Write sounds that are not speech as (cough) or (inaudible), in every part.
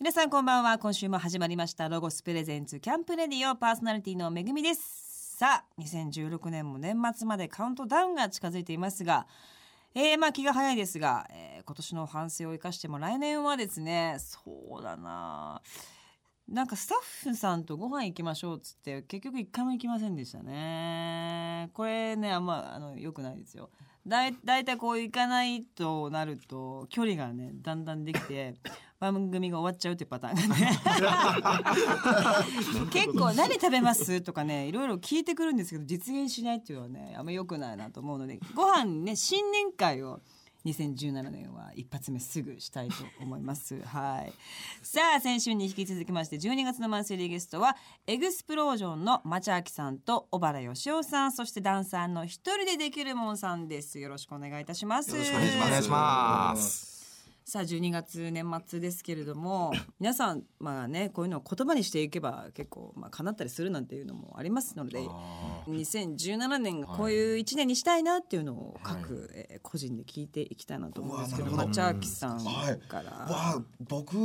皆さんこんばんは今週も始まりましたロゴスプレゼンツキャンプレディオパーソナリティのめぐみですさあ2016年も年末までカウントダウンが近づいていますがえー、まあ気が早いですが、えー、今年の反省を生かしても来年はですねそうだななんかスタッフさんとご飯行きましょうっつって結局一回も行きませんでしたねこれねあんまあの良くないですよだいだいたいこう行かないとなると距離がねだんだんできて番組が終わっちゃうっていうパターンがね結構「何食べます?」とかねいろいろ聞いてくるんですけど実現しないっていうのはねあんま良くないなと思うのでご飯ね新年会を2017年は一発目すぐしたいと思います。はい。さあ、先週に引き続きまして、12月のマンスリーゲストは、エグスプロージョンの町明さんと小原義雄さん、そしてダンサーの一人でできるもんさんです。よろしくお願いいたします。よろしくお願いします。さあ、12月年末ですけれど (laughs) も、皆さん、まあね、こういうのを言葉にしていけば、結構、まあ、叶ったりするなんていうのもありますので、2017年がこういう1年にしたいなっていうのを各、は個人で聞いていきたいなと思うんですけど、はい、マチャーキさんから、はい、僕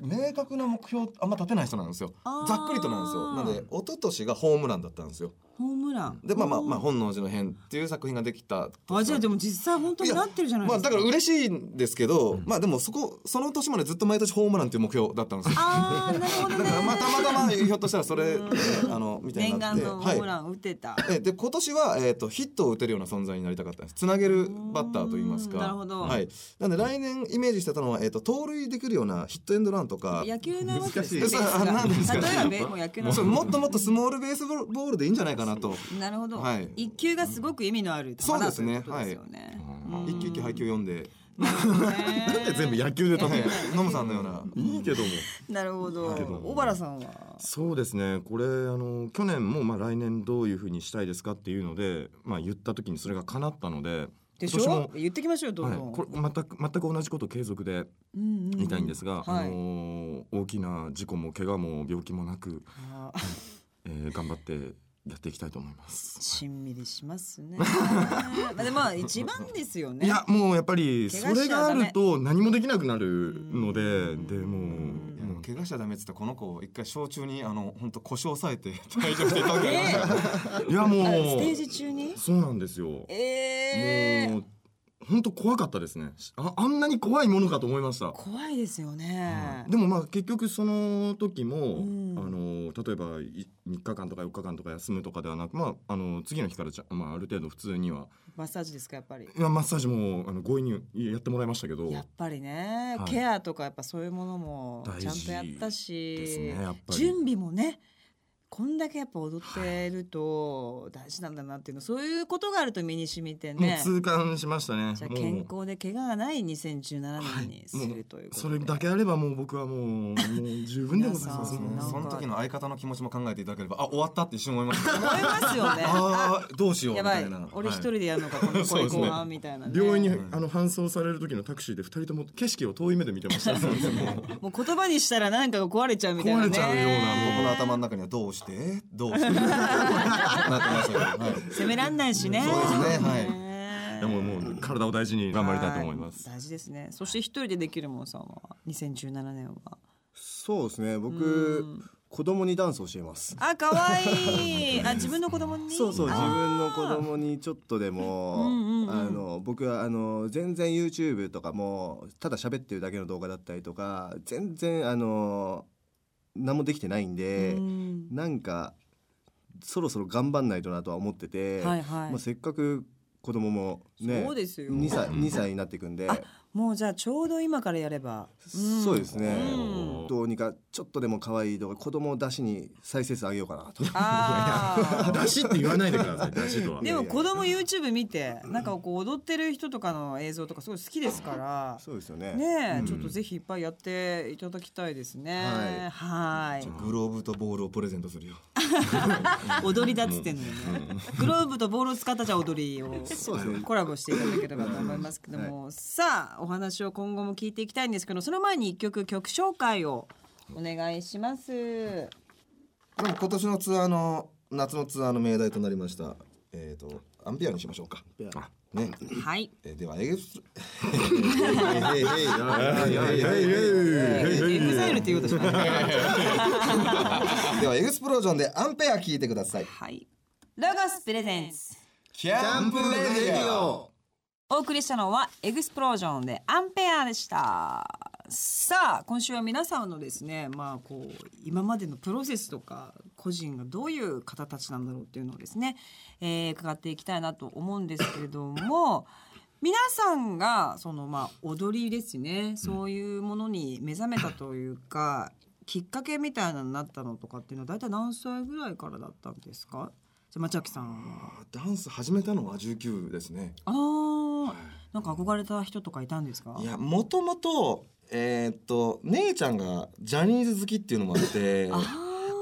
明確な目標あんま立てない人なんですよざっくりとなんですよなので一昨年がホームランだったんですよホームランでまあまあ、まあ、本能寺の変っていう作品ができたあじゃあでも実際本当になってるじゃないですか、まあ、だから嬉しいんですけど、うん、まあでもそこその年までずっと毎年ホームランっていう目標だったんですよあなるほど、ね、だからまあたまたまひょっとしたらそれ、うん、あのみたいになって念願のホームラン打てた、はい、で今年は、えーと、とヒットを打てるような存在になりたかったんですつなげるバッターといいますかなるほど、はい、なんで来年イメージしてたのは、えーと、と盗塁できるようなヒットエンドランとか野球の難しいです (laughs) なんですか、ね、例えば野球のもっともっとスモールベースボールでいいんじゃないかなと。なるほど。はい、一級がすごく意味のある球だということですよね。はい、一級一級配球読んで。なんで (laughs) 全部野球で例えノムさんのような。いいけども。なるほど。小原さんは。そうですね。これあの去年もまあ来年どういうふうにしたいですかっていうので、まあ言った時にそれが叶ったので。でしょ言ってきましょうどんどん、はい、これ全く全く同じこと継続でみたいんですが、あの大きな事故も怪我も病気もなく、えー、頑張ってやっていきたいと思います。しんみりしますね。まあでも一番ですよね。いやもうやっぱりそれがあると何もできなくなるので、でも。う怪我しちゃダメって言ったこの子一回小中にあの本当腰を抑えて (laughs) 退場していたわけですいやもうステージ中に。そうなんですよ。えー、もう本当怖かったですねああんなに怖いものかと思いました怖いですよね、うん、でもまあ結局その時も、うん、あの例えば3日間とか4日間とか休むとかではなく、まあ、あの次の日からじゃ、まあ、ある程度普通にはマッサージですかやっぱりいやマッサージもあの強引にやってもらいましたけどやっぱりね、はい、ケアとかやっぱそういうものもちゃんとやったし、ね、準備もねこんだけやっぱ踊ってると大事なんだなっていうの、はい、そういうことがあると身に染みてね痛感しましたね、じゃ健康で怪我がない2017年にするということはい、それだけあればもう僕はもうもう十分でございます、ね、その時の相方の気持ちも考えていただければあ終わったって一瞬思います思い (laughs) ますよ (laughs) ねああどうしようみたいな俺一人でやるのか、はい、これ後半みたいな、ねね、病院にあの搬送される時のタクシーで二人とも景色を遠い目で見てま (laughs) したもう言葉にしたら何かが壊れちゃうみたいな、、壊れちゃうような僕の頭の中にはどうしてどう (laughs) してはい責めらんないしね。そうですね。はい。でももう体を大事に頑張りたいと思います。大事ですね。そして一人でできるもんさんは2017年は。そうですね。僕。子供にダンス教えます。あ、可愛いい。あ、自分の子供に。そうそう、自分の子供にちょっとでも、あの、僕はあの全然 YouTube とかもただ喋ってるだけの動画だったりとか、全然あの何もできてないんで、んなんかそろそろ頑張んないとなとは思ってて、はいはい、まあ、せっかく子供もねそうですよ2歳 ,2 歳になっていくんでもうじゃあちょうど今からやれば、そうですね、どうにかちょっとでも可愛い動画子供を出しに再生数上げようかなと (laughs) あ出しって言わないでください出しとはでも子供 YouTube 見てなんかこう踊ってる人とかの映像とかすごい好きですからそうですよねね、うん、ちょっとぜひいっぱいやっていただきたいですねはいグローブとボールをプレゼントするよ踊りだっつってんのね、グローブとボールを使ったじゃ踊りをコラボしていただければと思いますけども、はい、さあお話を今後も聞いていきたいんですけどその前に一曲曲紹介をお願いします。でも今年のツアーの夏のツアーの命題となりました。えっ、ー、とアンペアにしましょうか。ね、はい。えー (laughs) ではエグスエグザイルって言うとしました。ではエグスプロージョンでアンペア聞いてくださいはい。ロゴスプレゼンツ。キャンプレディオお送りしたのはエグスプロージョンでアンペアでした。さあ今週は皆さんのですねまあこう今までのプロセスとか個人がどういう方たちなんだろうっていうのをですね、えー伺っていきたいなと思うんですけれども皆さんがそのまあ踊りですねそういうものに目覚めたというかきっかけみたいなのになったのとかっていうのは大体何歳ぐらいからだったんですかじゃあ町明さんはダンス始めたのは19ですね。あーなんか憧れた人とかいたんですかいやもともとえーっと姉ちゃんがジャニーズ好きっていうのも (laughs) あって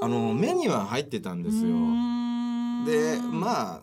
あの目には入ってたんですよでまあ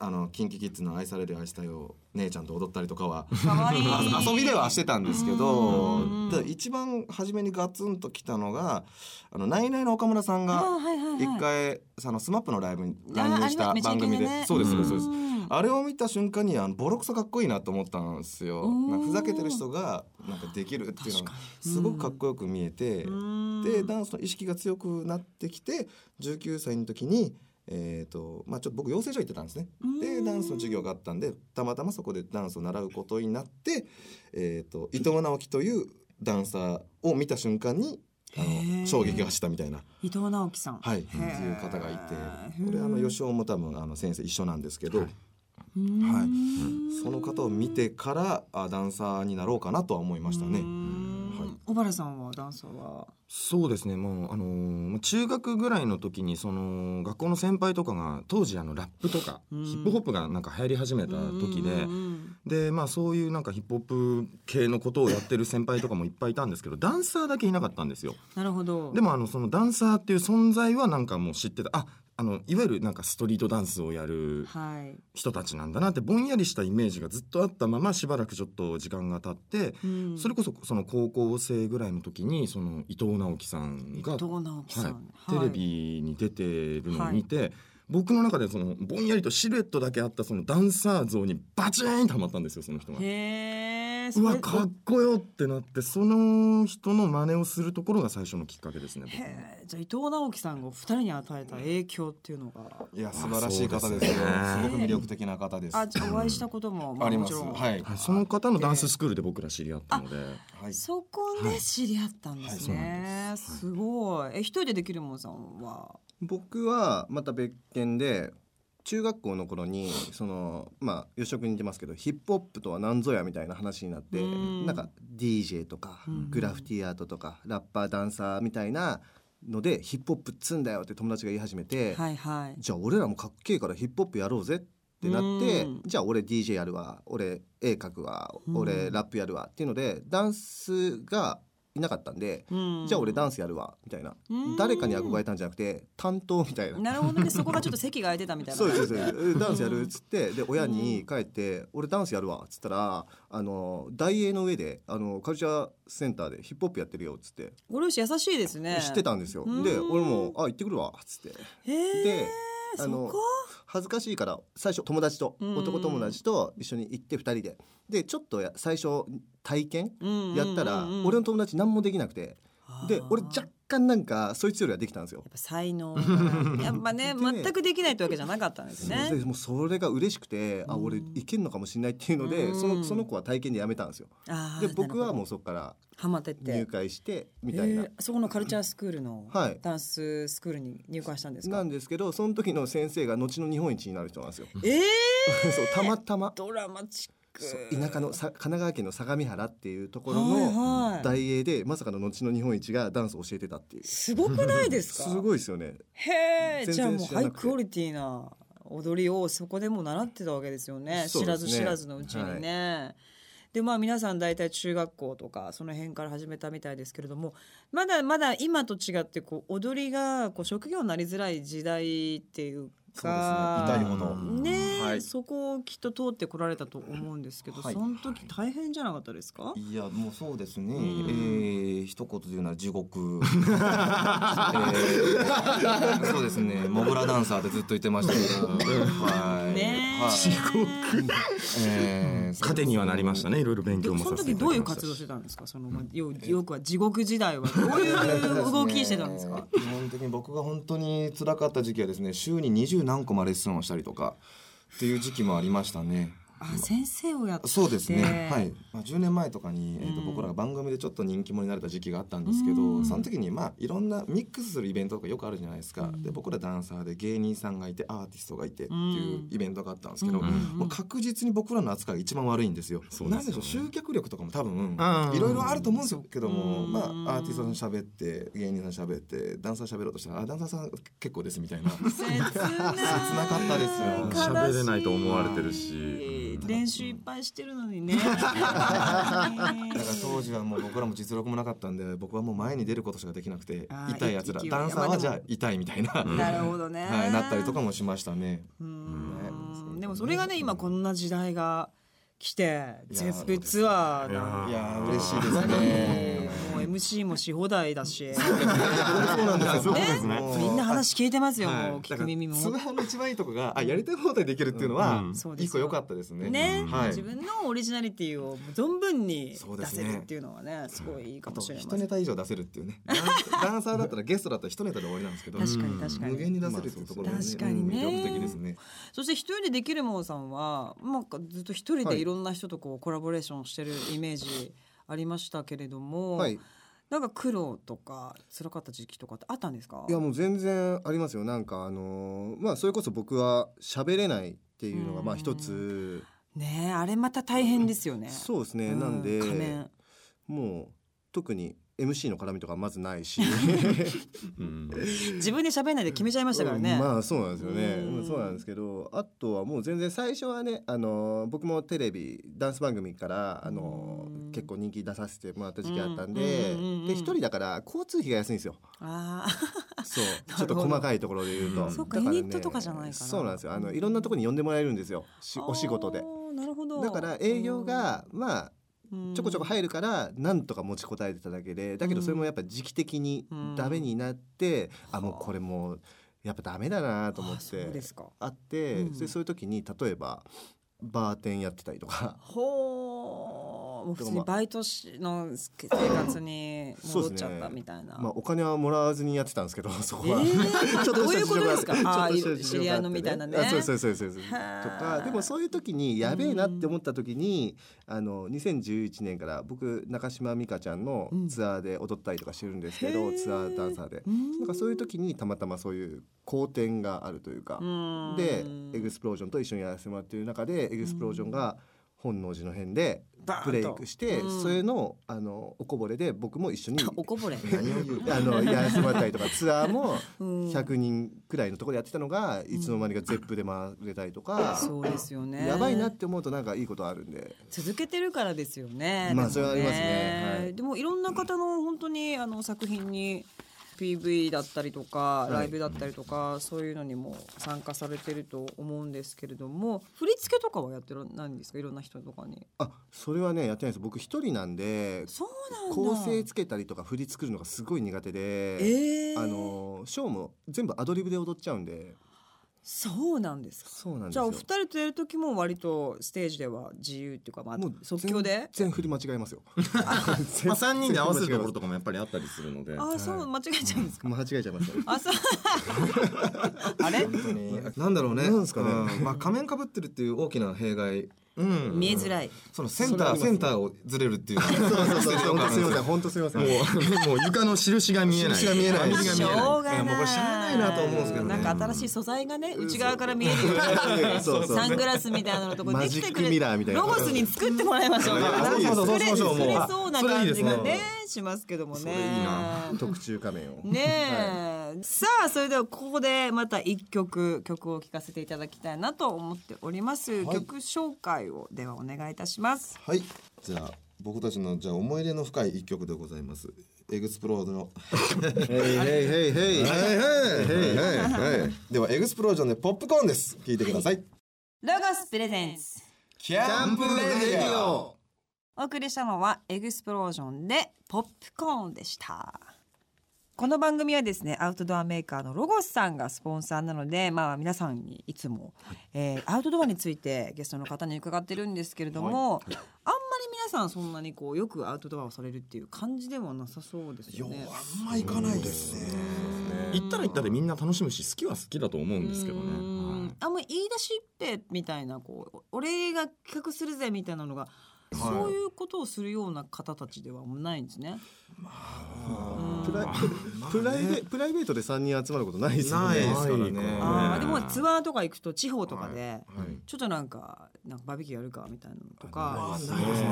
あのキンキキッズの愛される愛したよ姉ちゃんと踊ったりとか (laughs) はかわいいあ遊びではしてたんですけどうんただ一番初めにガツンと来たのがあのナイナイの岡村さんあがはいはいはい一回そのスマップのライブにあ乱入したありま番組でめちゃイケねそうですそうですそうですんあれを見た瞬間にあのボロクソかっこいいなと思ったんですよ。うんなんかふざけてる人がなんかできるっていうのがすごくかっこよく見えて、うんでダンスの意識が強くなってきて19歳の時に。えーとまあ、ちょっと僕養成所行ってたんですねうでんダンスの授業があったんでたまたまそこでダンスを習うことになって、えー、と伊藤直樹というダンサーを見た瞬間にあへーの衝撃が走ったみたいな伊藤直樹さんはい、ってへーいう方がいてうんこれあの吉尾も多分あの先生一緒なんですけど、うんはいその方を見てからあダンサーになろうかなとは思いましたうね。んはい小原さんはダンサーはそうですね。もうあのー中学ぐらいの時にその学校の先輩とかが当時あのラップとかうヒんップホップがなんか流行り始めた時で。でまあ、そういうなんかヒップホップ系のことをやってる先輩とかもいっぱいいたんですけどダンサーだけいなかったんですよ。なるほどでもあのそのダンサーっていう存在はなんかもう知ってたああのいわゆるなんかストリートダンスをやるはい人たちなんだなってぼんやりしたイメージがずっとあったまましばらくちょっと時間が経って、うんそれこそその高校生ぐらいの時にその伊藤直樹さんが、伊藤直樹さはんい、テレビに出てるのを見て、僕の中でそのぼんやりとシルエットだけあったそのダンサー像にバチーンとはまったんですよその人がはい。へえうわかっこよってなってその人の真似をするところが最初のきっかけですね。僕のへーじゃあ伊藤直樹さんがお二人に与えた影響っていうのがいや素晴らしい方ですよすごく魅力的な方であじゃあお会いしたこともまありもまちす。ろんはい。はい、その方のダンススクールで僕ら知り合ったので、はいそこで知り合ったんですね。すはいすごい。え、一人でできるもんさんは。僕はまた別件で中学校の頃にそのまあ予職に似てますけどヒップホップとは何ぞやみたいな話になってうんなんか DJ とかうんグラフィティアートとかラッパーダンサーみたいなのでヒップホップっつんだよって友達が言い始めてはいはい。じゃあ俺らもかっけえからヒップホップやろうぜってなってうんじゃあ俺 DJ やるわ俺絵描くわうん俺ラップやるわっていうのでダンスがいなかったんでうんじゃあ俺ダンスやるわみたいなうん誰かに憧れたんじゃなくて担当みたいななるほどね。そこがちょっと席が空いてたみたいな。そうですそうですえダンスやるっ (laughs) つってで親に帰って「俺ダンスやるわ」っつったらあの台営の上であのカルチャーセンターでヒップホップやってるよっつってご両親優しいですね。知って。たんですようんで俺も「あ行ってくるわ」っつってへえ。であそのこ。恥ずかしいから最初友達とうん男友達と一緒に行って2人ででちょっとや最初体験やったら俺のの。友達何もできなくてで俺じゃ若干なんかそいつよりはできたんですよやっ。ぱ才能 (laughs) が。やっぱね、で全くできないってわけじゃなかったんですそうね。でもうそれが嬉しくて、あうん俺いけんのかもしれないっていうので、うんそのその子は体験でやめたんですよあーで僕なはも。るほどうそこからハマってって。入会してみたいな、へーそこのカルチャースクールの。はいダンススクールに入会したんですなか。んですけどその時の先生が後の日本一になる人なんですよ (laughs) ええ。そうたまたまドラマチッそうク。田舎のさ神奈川県の相模原っていうところはいのはい大英でまさかの後の日本一がダンスを教えてたっていうすごくないです (laughs) すか。ごいですよねへえ、全然じゃあもう知ハらイなくてクオリティな踊りをそこでもう習ってたわけですよね。そう知でらすずね知らずのうちにね。でまあ皆さん大体中学校とかその辺から始めたみたいですけれどもまだまだ今と違ってこう踊りがこう職業になりづらい時代っていうかそうですね痛いほどねえ、はいそこをきっと通ってこられたと思うんですけど、はいその時大変じゃなかったですか、いやもうそうですね、んえー一言で言うなら地獄、えーそうですねモグラダンサーってずっと言ってましたけどはいねえ、はい獄えーそう糧にはなりましたねいろいろ勉で強ももそさのせて時いたどうだいきうました活動ししてたんですかその、まあ、よよくは地獄時代はどういう動きしてたんですか基本的に僕が本当に辛かった時期はですね週に二十何個もレッスンをしたりとかっていう時期もありましたねあ先生をやってそうですね、ではいまあ、10年前とかに、えー、とうん僕らが番組でちょっと人気者になれた時期があったんですけど、うんその時にまあいろんなミックスするイベントとかよくあるじゃないですか、で僕らダンサーで芸人さんがいてアーティストがいてっていうイベントがあったんですけど、うんうんうんもう確実に僕らの扱いが一番悪いんですよ。そうなでんすよねでしょう集客力とかも多ん分いろいろあると思うんですけども、うんまあ、アーティストさん喋って芸人さん喋ってダンサー喋ろうとしたら「あダンサーさん結構です」みたいな切ななかったですよ喋れないと思われてるし練習いっぱいしてるのに (laughs) ねだだから当時はもう僕らも実力もなかったんで僕はもう前に出ることしかできなくてあー痛いやつら勢いダンサーはじゃあ痛いみたいな、なるほどね、はい、なったりとかもしましたね。うんねでもそれがね今こんな時代が来ていや全部ツアーなんいいややー嬉しいで (laughs) すね。もう MC もし放題だし、そうなんですよ。ね、もうみんな話聞いてますよ、はいもう聞く耳もだからツアーの一番いいとこがあやりたい放題できるっていうのはうんそうですよ一個良かったですね。ね、はい自分のオリジナリティを存分にそう出ですせねるっていうのはねすごいいいかあもとしれま一せんネタ以上出せるってい (laughs) うね。ダンダンサーだったらゲストだったら一ネタで終わりなんですけど。確かに確かに無限に出せるっていうところがね確かにねうん魅力的ですね。そして一人でできるもんさんは、まあ、ずっと一人でいろんな人とこうコラボレーションしてるイメージありましたけれども、はいなんか苦労とか辛かった時期とかってあったんですかいやもう全然ありますよなんかあのーまあそれこそ僕は喋れないっていうのがまあ一つねえあれまた大変ですよね。そうですねうんなんで仮面もう特に MC の絡みとかまずないしうん自分で喋んないで決めちゃいましたからね。まあそうなんですよねうんうんそうなんですけどあとはもう全然最初はねあのー僕もテレビダンス番組からあのーうん結構人気出させてもらった時期あったんでうんうんうんうんで一人だから交通費が安いんですよあそ (laughs) うなるちほょどっと細かいところで言うと、うんそうかだらユニットとかじゃないかなそうなんですよあのいろんなところに呼んでもらえるんですよしーお仕事であーなるほどだから営業がまあちょこちょこ入るからなんとか持ちこたえてただけでだけどそれもやっぱ時期的にダメになって、あもうこれもうやっぱダメだなと思っあーそうでてすかあってうそんでそういう時に例えばバーテンやってたりとかほーもう普通にだからバイトしの生活に戻っちゃったみたいな。まあお金はもらわずにやってたんですけど (laughs) そこは。え (laughs) えどういうことですか。ああちょっとした事情があってー知り合いのみたいなね。あそうそうそうそうそうとはあかでもそういう時にやべえなって思った時に、あの2011年から僕中島美香ちゃんのツアーで踊ったりとかしてるんですけど、うんへえツアーダンサーでうんなんかそういう時にたまたまそういう好転があるというか、うんでエグスプロージョンと一緒にやらせてもらってる中でエグスプロージョンが本能寺の辺でバーンとブレイクして、うんそれのあのおこぼれで僕も一 (laughs) 緒におこぼれ。何を言う。あのやらせてもらったりとかツアーも (laughs) うん100人くらいのところでやってたのがいつの間にか ZEP で回れたりとか、そうですよね。やばいなって思うとなんかいいことあるんで続けてるからですよね。まであもそれはありますねはいでもいろんな方の本当にあの作品に PV だったりとかいライブだったりとかそういうのにも参加されてると思うんですけれども振り付けとかはやってないんですかいろんな人とかに。あそれはねやってないです僕一人なんでそうなんだ。構成つけたりとか振り作るのがすごい苦手で、ええあのショーも全部アドリブで踊っちゃうんでそうなんですか。そうなんですじゃあおよ二人とやる時も割とステージでは自由っていうかまあもう即興で。全然振り間違えますよままあ三人で合わせるところとかもやっぱりあったりするのでああそう間違えちゃうんですか。 (laughs) 間違えちゃいましたあ (laughs) そう。あれ本当になんだろうね。なんですかねうんまあ仮面かぶってるっていう大きな弊害。うん見えづらい。そのセンター、センターをずれるっていう。 (laughs) そうそうそう本当すいません本当すいませんもう (laughs) もう床の印が見えない印が見えない印がし見えないょうがない。いやもうこれしゃあないなと思うんですけどねなんか新しい素材がね、内側から見えるよううなんそうそう (laughs) サングラスみたいなのとこマでジきてッくクれミラーみたいなロゴスに作ってもらいましょう。いやかそうしましょうそうしましょう作れもうそうなそれい感いでじすねがねしますけどもね。特注仮面をねえ、さあそれではここでまた一曲曲を聴かせていただきたいなと思っております、はい曲紹介をではお願いいたしますはい。じゃあ僕たちのじゃあ思い入れの深い一曲でございます。エグスプロードのヘイヘイヘイヘ (laughs) イではエグスプロージョンでポップコーンです聞いてくださいロゴスプレゼンツキキャンプレディオお送りしたのはエグスプロージョンでポップコーンでしたこの番組はですねアウトドアメーカーのロゴスさんがスポンサーなのでまあ皆さんにいつも、えーアウトドアについてゲストの方に伺ってるんですけれども、あんまり皆さんそんなにこうよくアウトドアをされるっていう感じではなさそうですよね。んま行かないですね行ったら行ったでみんな楽しむし好きは好きだと思うんですけどうーんね。あんまり言い出しっぺみたいなこう俺が企画するぜみたいなのが、そういうことをするような方たちではないんですね。プライプライベプライベートで三人集まることないですもんないでねすからねあーでもねツアーとか行くと地方とかで、はいちょっとなんかなんかバーベキューやるかみたいなのとまかあないですね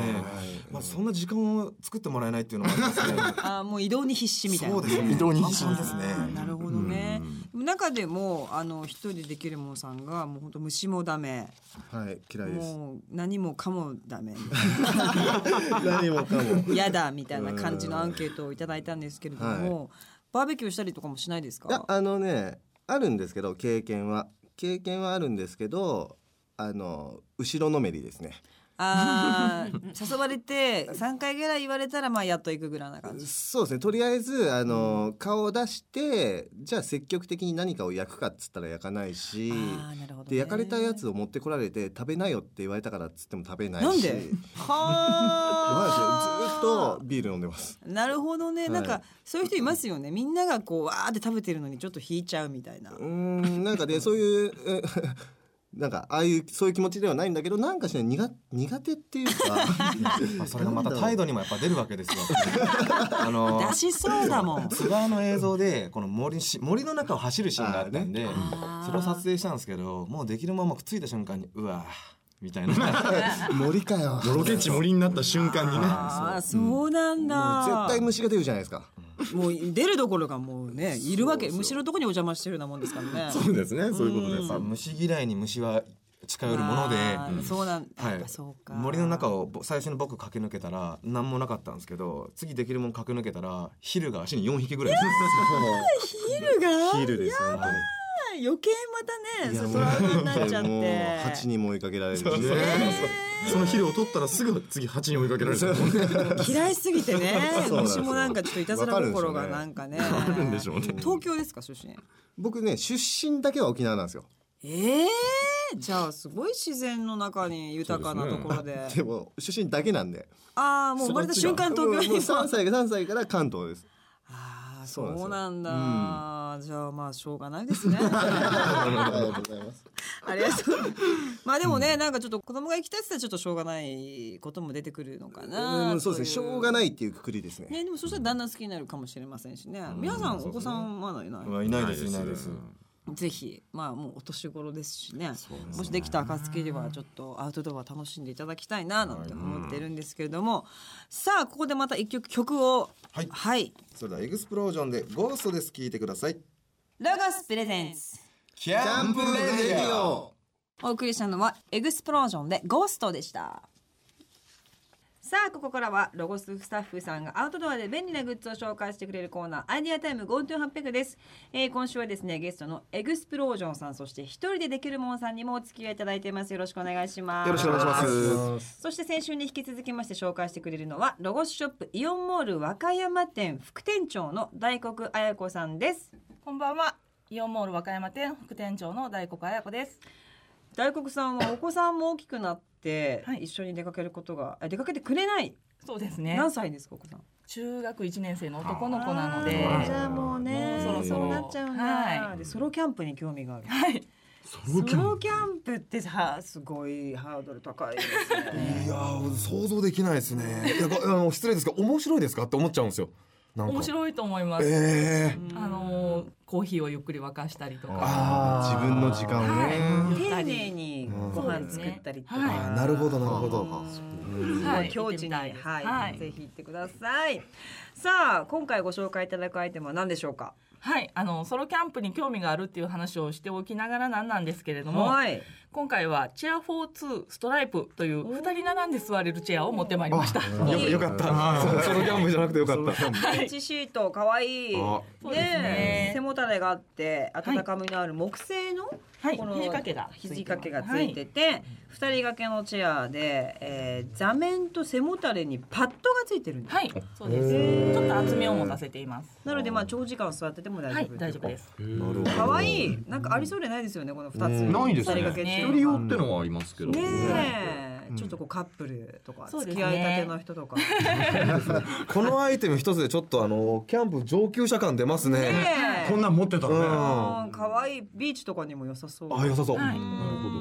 まあそんな時間を作ってもらえないっていうのもありますねあーもう移動に必死みたいなそうですね移動に必死パンパンですねあーなるほどねうんでも中でもあの一人でできるもんさんがもう本当虫もダメはい嫌いですもう何もかもダメ (laughs) 何もかもやだみたいな感じのアンケートをいただいたんですけれども、バーベキューしたりとかもしないですいやかあのねあるんですけど経験は経験はあるんですけどあの後ろのめりですねあー誘われて3回ぐらい言われたらまあやっと行くぐらいな感じそうですねとりあえずあの、顔を出してじゃあ積極的に何かを焼くかっつったら焼かないしあーなるほどねで焼かれたやつを持ってこられて食べなよって言われたからっつっても食べないしなんでマジでずっはとビール飲んでます (laughs) なるほどね、いなんかそういう人いますよねみんながこうわーって食べてるのにちょっと引いちゃうみたいなうーんなんかねそういうえ (laughs) なんかああいうそういう気持ちではないんだけどなんかしない苦苦手っていうかまあそれがまた態度にもやっぱ出るわけ (laughs) ですよあの出しそうだもんツアーの映像でこの森し森の中を走るシーンがあったんで、あーそれを撮影したんですけどもうできるままくっついた瞬間にうわーみたい (laughs) な森かよロケ地森になった瞬間にね。あーそうなんもうだ絶対虫が出るじゃないですかもう出るどころかもうねいるわけむしろどこにお邪魔してるようなもんですからねそうですね。そういうことです。まあ虫嫌いに虫は近寄るもので、あーそうなん、はやっいぱそうか、森の中をぼ最初に僕駆け抜けたら何もなかったんですけど次できるもん駆け抜けたらヒルが足に4匹ぐ (laughs) らいいるんですヒルがヒールです本余計またねそトラウマになっちゃっ当にもうて蜂にも追いかけられるしそうそうそうその肥料を取ったらすぐ次蜂に追いかけられる。嫌いすぎてねなんです虫よもなんかちょっといたずら心がなんかねかるんでしょうね東京ですか出身僕ね出身だけは沖縄なんですよええじゃあすごい自然の中に豊かなところででも出身だけなんでああもう生まれた瞬間もうもう東京に3歳3歳から関東ですああそうなんですそようなんだ、じゃあまあしょうがないです (laughs) ねありがとうございますありがとうまあでもね、なんかちょっと子供が行きたいって言ったらちょっとしょうがないことも出てくるのかな、うんそうですねしょうがないないっていうくくりですねねでもそしたらだんだん好きになるかもしれませんしね、皆さんお子さんまだいない、よいないですいないですぜひまあもうお年頃ですしねもしできた暁ではちょっとアウトドア楽しんでいただきたいななんて思ってるんですけれども、さあここでまた一曲曲をはいはい、それではエグスプロージョンでゴーストです聞いてくださいロゴスプレゼンスキャンプレディオお送りしたのはエグスプロージョンでゴーストでしたさあここからはロゴススタッフさんがアウトドアで便利なグッズを紹介してくれるコーナーアイデアタイム GoTo800 です、えー今週はですねゲストのエグスプロージョンさんそして一人でできるもんさんにもお付き合いいただいていますよろしくお願いしますよろしくお願いしますそして先週に引き続きまして紹介してくれるのはロゴスショップイオンモール和歌山店副店長の大黒彩子さんですこんばんは。イオンモール和歌山店副店長の大黒彩子です。大黒さんはお子さんも大きくなってはい一緒に出かけることが、あ出かけてくれないそうですね何歳ですかお子さん中学1年生の男の子なので、あーじゃあもうねもうそろそろうなっちゃうんだ、はいでソロキャンプに興味があるはい。 (laughs) ソロキャンプってさすごいハードル高いですねいやー想像できないですね。いやごあの失礼ですが面白いですかって思っちゃうんですよ。なんか面白いと思います。えあのーコーヒーをゆっくり沸かしたりとか。あー自分の時間をね、い (laughs) 丁寧にご飯作ったりとか、うんあなるほどなるほどは、はいい境地に、ははいいはいぜひ行ってください。さあ、今回ご紹介いただくアイテムは何でしょうか。はい、あのソロキャンプに興味があるっていう話をしておきながらなんなんですけれども、はい、今回はチェア42ストライプという2人並んで座れるチェアを持ってまいりました。いよよかったそのキャンプじゃなくてよかったエッジシート可愛いい。あそうですねえ背もたれがあって、温かみのある木製の。はい、この肘掛けが肘掛けがついてて、二、人掛けのチェアで、えー座面と背もたれにパッドがついてるんです。はい、はい、そうです。ちょっと厚みを持たせています。なので、まあ、長時間座ってても大は丈い夫、、大丈夫です。可愛いい、なんかありそうでないですよね、この二つ。ないです二ね人掛けっていうの一は人用ってのはありますけどねえ、うんちょっとこうカップルとか、そう付ですきね合いたての人とか。ねこのアイテム一つでちょっとあのキャンプ上級者感出ますねえこんなん持ってたうんらねうん可愛いビーチとかにも良さそう。あ良さそう、はいうん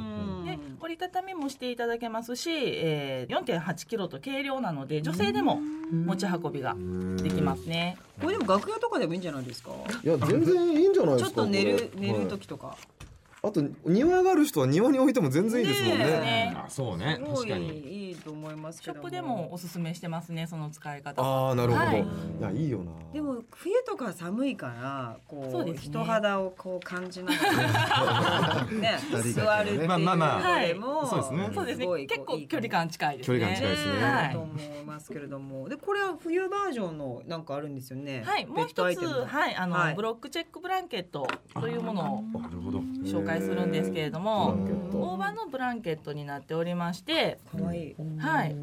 で折りたたみもしていただけますし、えー、4.8キロと軽量なので女性でも持ち運びができますね。これでも楽屋とかでもいいんじゃないですか。いや全然いいんじゃないでちょすっかと寝るこれ寝るはい時とか。あと庭がある人は庭に置いても全然いいですもんねねねあそうねすご確いかにいいと思いますシけョど。ップでも。おすすめしてますね、その使い方は。ああなるほど、、はいいやいいよなでも冬とか寒いからそこううですね人肌をこう感じながらね座る人掛っていけのうのねまあまあまあでもそうですねそうですねごいこ結う構いいか距な離感近いですね距離感近いですねはだいと思いますけれども、でこれは冬バージョンのなんかあるんですよね。はい、もうベッドア一イテつ、ムがはい、あの、はいブロックチェックブランケットというものをなるほど紹介するんですけれどもブランケット大葉のブランケットになっておりまして、可愛いい。はい、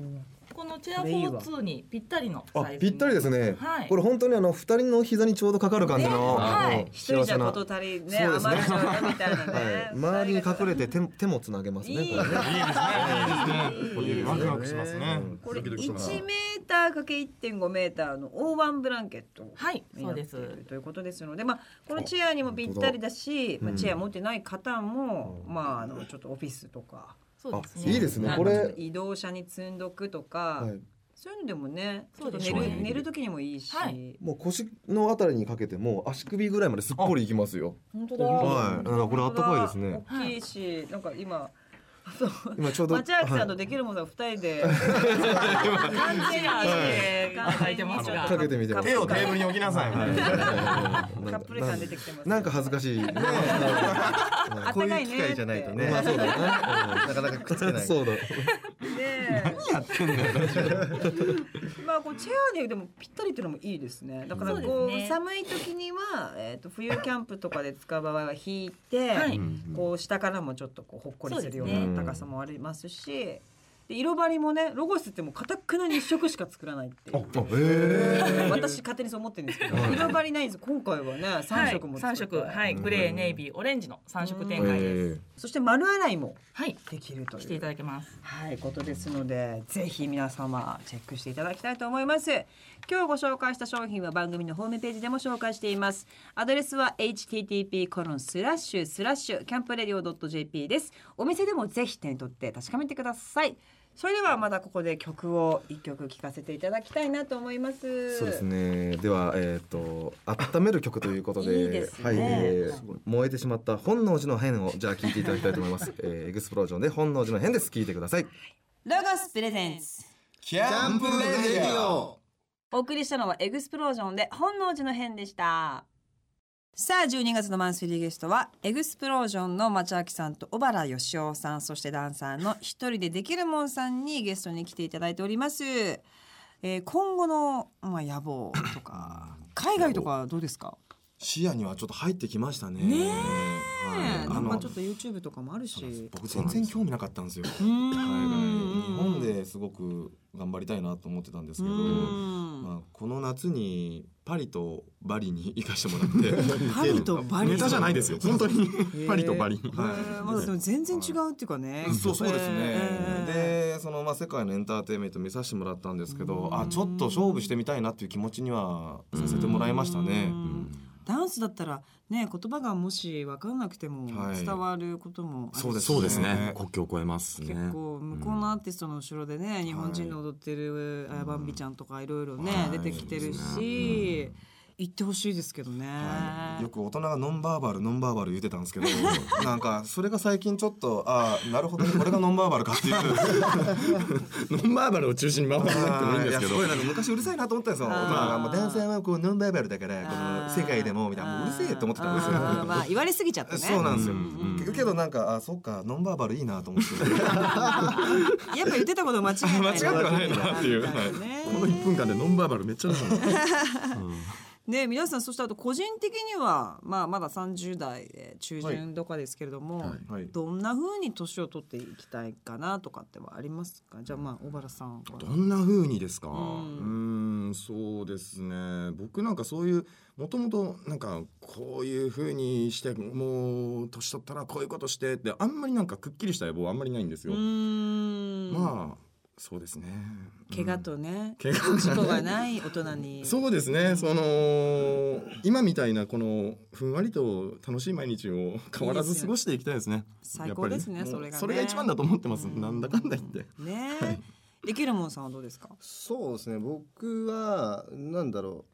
このチェアこれいいわ42にぴったりのあサイズぴったりですね、はいこれ本当にあの二人の膝にちょうどかかる感じの、ねはいうん一人じゃな、こはと足りねそうですね余っちゃうねみたいなね。い、周りに隠れて手手もつなげますねいいこれねいいですねワクワクしますねこれ1ドキドキしますメーターかけ1.5メーターの大ワンブランケットはい、にそなってうでいす。るということですので、まあ、このチェアにもぴったりだし、まあ、チェア持ってない方も、まあ、あのちょっとオフィスとかそうあですね。いいですねはいこれ、は移動車に積んどくとか、い、そういうのでもねちょっそうとで寝する,、ね寝る時にもいいし、はいもう腰のあたりにかけても足首ぐらいまですっぽりいきます (laughs) よ本当だ、はい本当だなんかこれ暖かいですね大きいし、なんか今今ちょうど町明さんはといできるものは二人で完全に完全にちょっとはいかけてみてます手をテーブルに置きなさいはいはいカップル感出てきてますなんか恥ずかしいね (laughs) あったこうかいうい機ねって会じゃないとねまあそうだなかなかくっつけねないそうだね何やってんだよ (laughs) まあこうチェアででもぴったりっていうのもいいですねだからこそううですね寒い時には、えー、と冬キャンプとかで使う場合は引いて、はいこう下からもちょっとこうほっこりするようそうですねな高さもありますしで色張りもねロゴスってもうかたくなに一色しか作らないっていう。私勝手にそう思ってるんですけど、色張りないんです今回はね三色もは作い三って色、はい、グレー、ネイビー、オレンジの三色展開です。えそして丸洗いもはい、できるというしていただけます。はい、ことですので、ぜひ皆様チェックしていただきたいと思います。今日ご紹介した商品は番組のホームページでも紹介しています。アドレスは http コロンスラッシュスラッシュキャンプレディオ .jp です。お店でもぜひ手に取って確かめてください。それではまたここで曲を一曲聴かせていただきたいなと思います。そうですね。ではえっ、と温める曲ということで、いいですねはい、えー燃えてしまった本能寺の変をじゃあ聞いていただきたいと思い (laughs) ます。えー、エグスプロージョンで本能寺の変です。聞いてください。ロゴスプレゼンス。キャンプレディオお送りしたのはエグスプロージョンで本能寺の変でした。さあ12月のマンスリーゲストはエグスプロージョンの町明さんと小原義雄さんそしてダンサーの一人でできるもんさんにゲストに来ていただいております、えー今後の、まあ、野望とか海外とかどうですか視野にはちょっと入ってきましたね。ねえはいなあんかのちょっと YouTube とかもあるし僕全然興味なかったんですよ。海ん外日本ですごく頑張りたいなと思ってたんですけど、うんまあこの夏にパリとバリに行かしてもら (laughs) って、パリとバリネタじゃないですよ (laughs) 本当にパリとバリにえーまあ、でも全然違うっていうかね、そうそうですね。えでそのまあ世界のエンターテインメント見させてもらったんですけど、あちょっと勝負してみたいなっていう気持ちにはさせてもらいましたね。うんダンスだったらね言葉がもし分かんなくてもはい伝わることもあるしそうですそうですね国境を越えますね結構向こうのアーティストの後ろでね、日本人の踊ってるあバンビちゃんとかいろいろね、は出いてきてるそうし、行ってほしいですけどね、よく大人がノンバーバルノンバーバル言ってたん (laughs) ですけどなんかそれが最近ちょっとああなるほどねこれがノンバーバルか (laughs) っていうノンバーバルを中心に回らなくてもいいんですけすどごいなんか昔うるさいなと思ったんですよ大人がもう男性はこうノンバーバルだからこの世界でもみたいなもううるせえと思ってたんですよあーまあ言われすぎちゃってね (laughs) そうなんですよ、うんうんうんけどなんかあそっかノンバーバルいいなと思って (laughs) やっぱ言ってたこと間違い (laughs) ない間違ってはないなっていうなるほどこのね1分間でノンバーバルめっちゃ出たのね皆さんそしてあと個人的には、まあ、まだ30代えー中旬とかですけれども、はいどんな風に年を取っていきたいかなとかってはありますかじゃあまあ小原さんはどんな風にですか。うんーん、そうですね。僕なんかそういう、もともとなんかこういう風にして、もう年取ったらこういうことしてって、あんまりなんかくっきりした予防あんまりないんですうよ。ーんまあ、そうですね。怪我うんとね、怪我事故がない大人に (laughs) そうですね。その今みたいなこのふんわりと楽しい毎日を変わらず過ごしていきたいですね。最高ですねやっぱりそれがねそれが一番だと思ってます。うんなんだかんだ言って。ねえ、できるもんさんはどうですかそうですね僕はなんだろ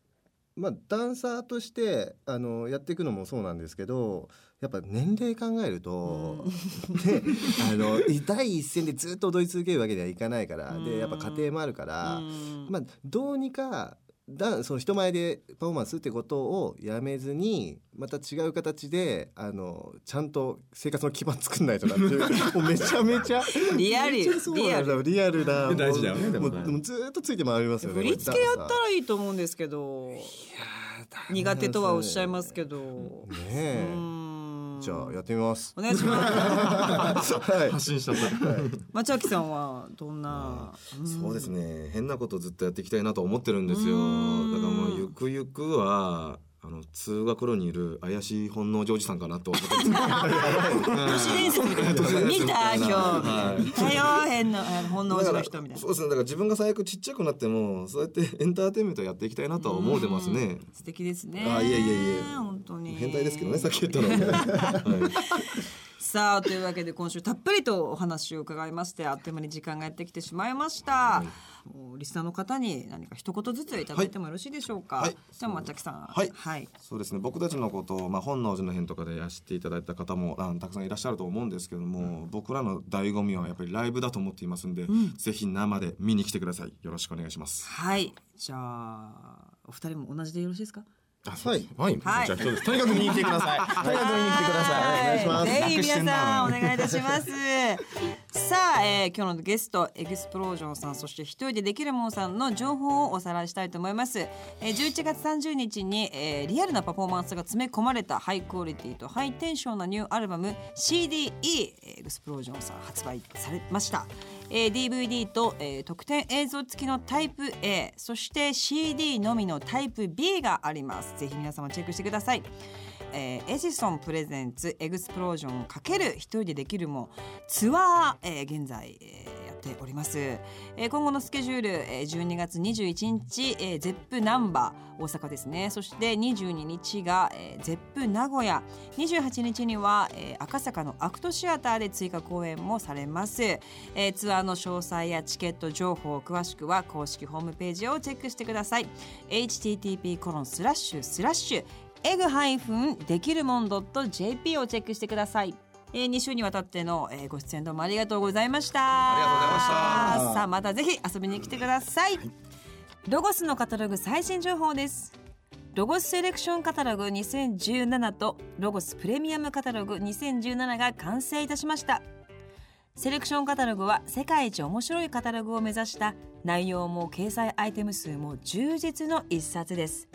うまあダンサーとしてあのやっていくのもそうなんですけどやっぱ年齢考えると、ねあの (laughs) 第一線でずっと踊り続けるわけにはいかないから、うんでやっぱ家庭もあるから、うんまあ、どうにかだその人前でパフォーマンスってことをやめずにまた違う形であのちゃんと生活の基盤作んないとなっ (laughs) ていうもうめちゃめちゃリアルめっちゃそうなんだよリアルなもう大事だよねでももうねもうずーっとついて回りますよね振り付けやったこらいいと思うんですけどれダンサー苦手とはおっしゃいますけどねうえーんじゃあやってみ (laughs) ますお願いしますはい発信しちゃった。町脇さんはどんなそうですね変なことずっとやっていきたいなと思ってるんですよだうからんもうゆくゆくはあの通学路にいる怪しい本能寺おじさんかなと思ってます都市伝説みたいな見 (laughs) た今日みたいな多様変のあの本能寺の人みたいなそうですねだから自分が最悪ちっちゃくなってもそうやってエンターテインメントやっていきたいなとは思うてますね素敵ですねあいえいえいえ本当に変態ですけどねさっき言ったのははいさあというわけで今週たっぷりとお話を伺いましてあっという間に時間がやってきてしまいました、もうリスナーの方に何か一言ずついただいてもよろしいでしょうか、はいじゃあ町脇さんはいはい、そうですね僕たちのことを、まあ、本能寺の変とかで知っていただいた方もあのたくさんいらっしゃると思うんですけども、僕らの醍醐味はやっぱりライブだと思っていますんで、ぜひ生で見に来てくださいよろしくお願いしますはい、じゃあお二人も同じでよろしいですかはい。はい。はいじゃあそうです。とにかく見に来てください。とにかく見に来てください。はいお願いしますぜひ皆さんお願いいたします (laughs) さあ、えー、今日のゲストエクスプロージョンさんそして一人でできるもんさんの情報をおさらいしたいと思います、えー、11月30日に、えー、リアルなパフォーマンスが詰め込まれたハイクオリティとハイテンションなニューアルバム CDE エクスプロージョンさん発売されましたえー DVD と、えー特典映像付きのタイプ A そして CD のみのタイプ B がありますぜひ皆様チェックしてくださいえーエジソンプレゼンツエグスプロージョン×一人でできるもツアー、えー現在、えーやっております、えー今後のスケジュール、えー12月21日、えー、ゼップナンバー大阪ですねそして22日が、えー、ゼップ名古屋28日には、えー赤坂のアクトシアターで追加公演もされます、えーツアーの詳細やチケット情報詳しくは公式ホームページをチェックしてください http コロンスラッシュスラッシュエグハイフンできるもん .jp をチェックしてください。えー、2週にわたっての、えー、ご出演どうもありがとうございました。ありがとうございました。さあまたぜひ遊びに来てください。ロゴスのカタログ最新情報です。ロゴスセレクションカタログ2017とロゴスプレミアムカタログ2017が完成いたしました。セレクションカタログは世界一面白いカタログを目指した内容も掲載アイテム数も充実の一冊です。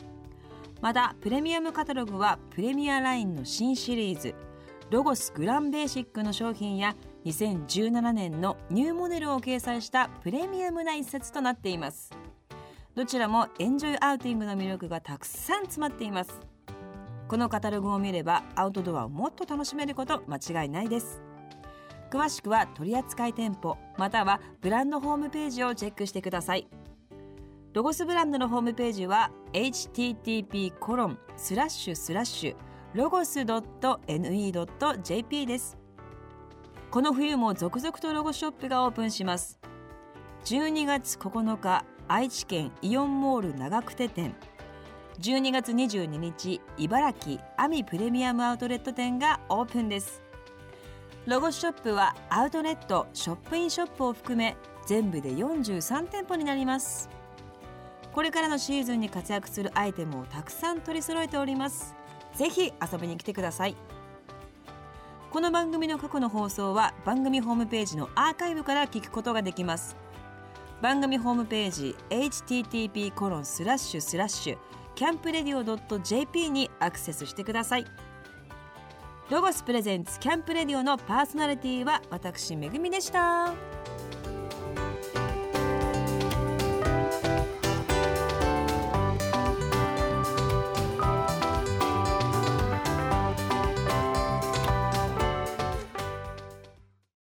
またプレミアムカタログはプレミアラインの新シリーズロゴスグランベーシックの商品や2017年のニューモデルを掲載したプレミアムな一冊となっていますどちらもエンジョイアウティングの魅力がたくさん詰まっていますこのカタログを見ればアウトドアをもっと楽しめること間違いないです詳しくは取扱店舗またはブランドホームページをチェックしてくださいロゴスブランドのホームページは http コロンスラッシュスラッシュロゴス .ne.jp ですこの冬も続々とロゴショップがオープンします12月9日愛知県イオンモール長久手店12月22日茨城アミプレミアムアウトレット店がオープンですロゴスショップはアウトレットショップインショップを含め全部で43店舗になりますこれからのシーズンに活躍するアイテムをたくさん取り揃えておりますぜひ遊びに来てくださいこの番組の過去の放送は番組ホームページのアーカイブから聞くことができます番組ホームページ http コロンスラッシュスラッシュキャンプレディオ .jp にアクセスしてくださいロゴスプレゼンツキャンプレディオのパーソナリティは私めぐみでした。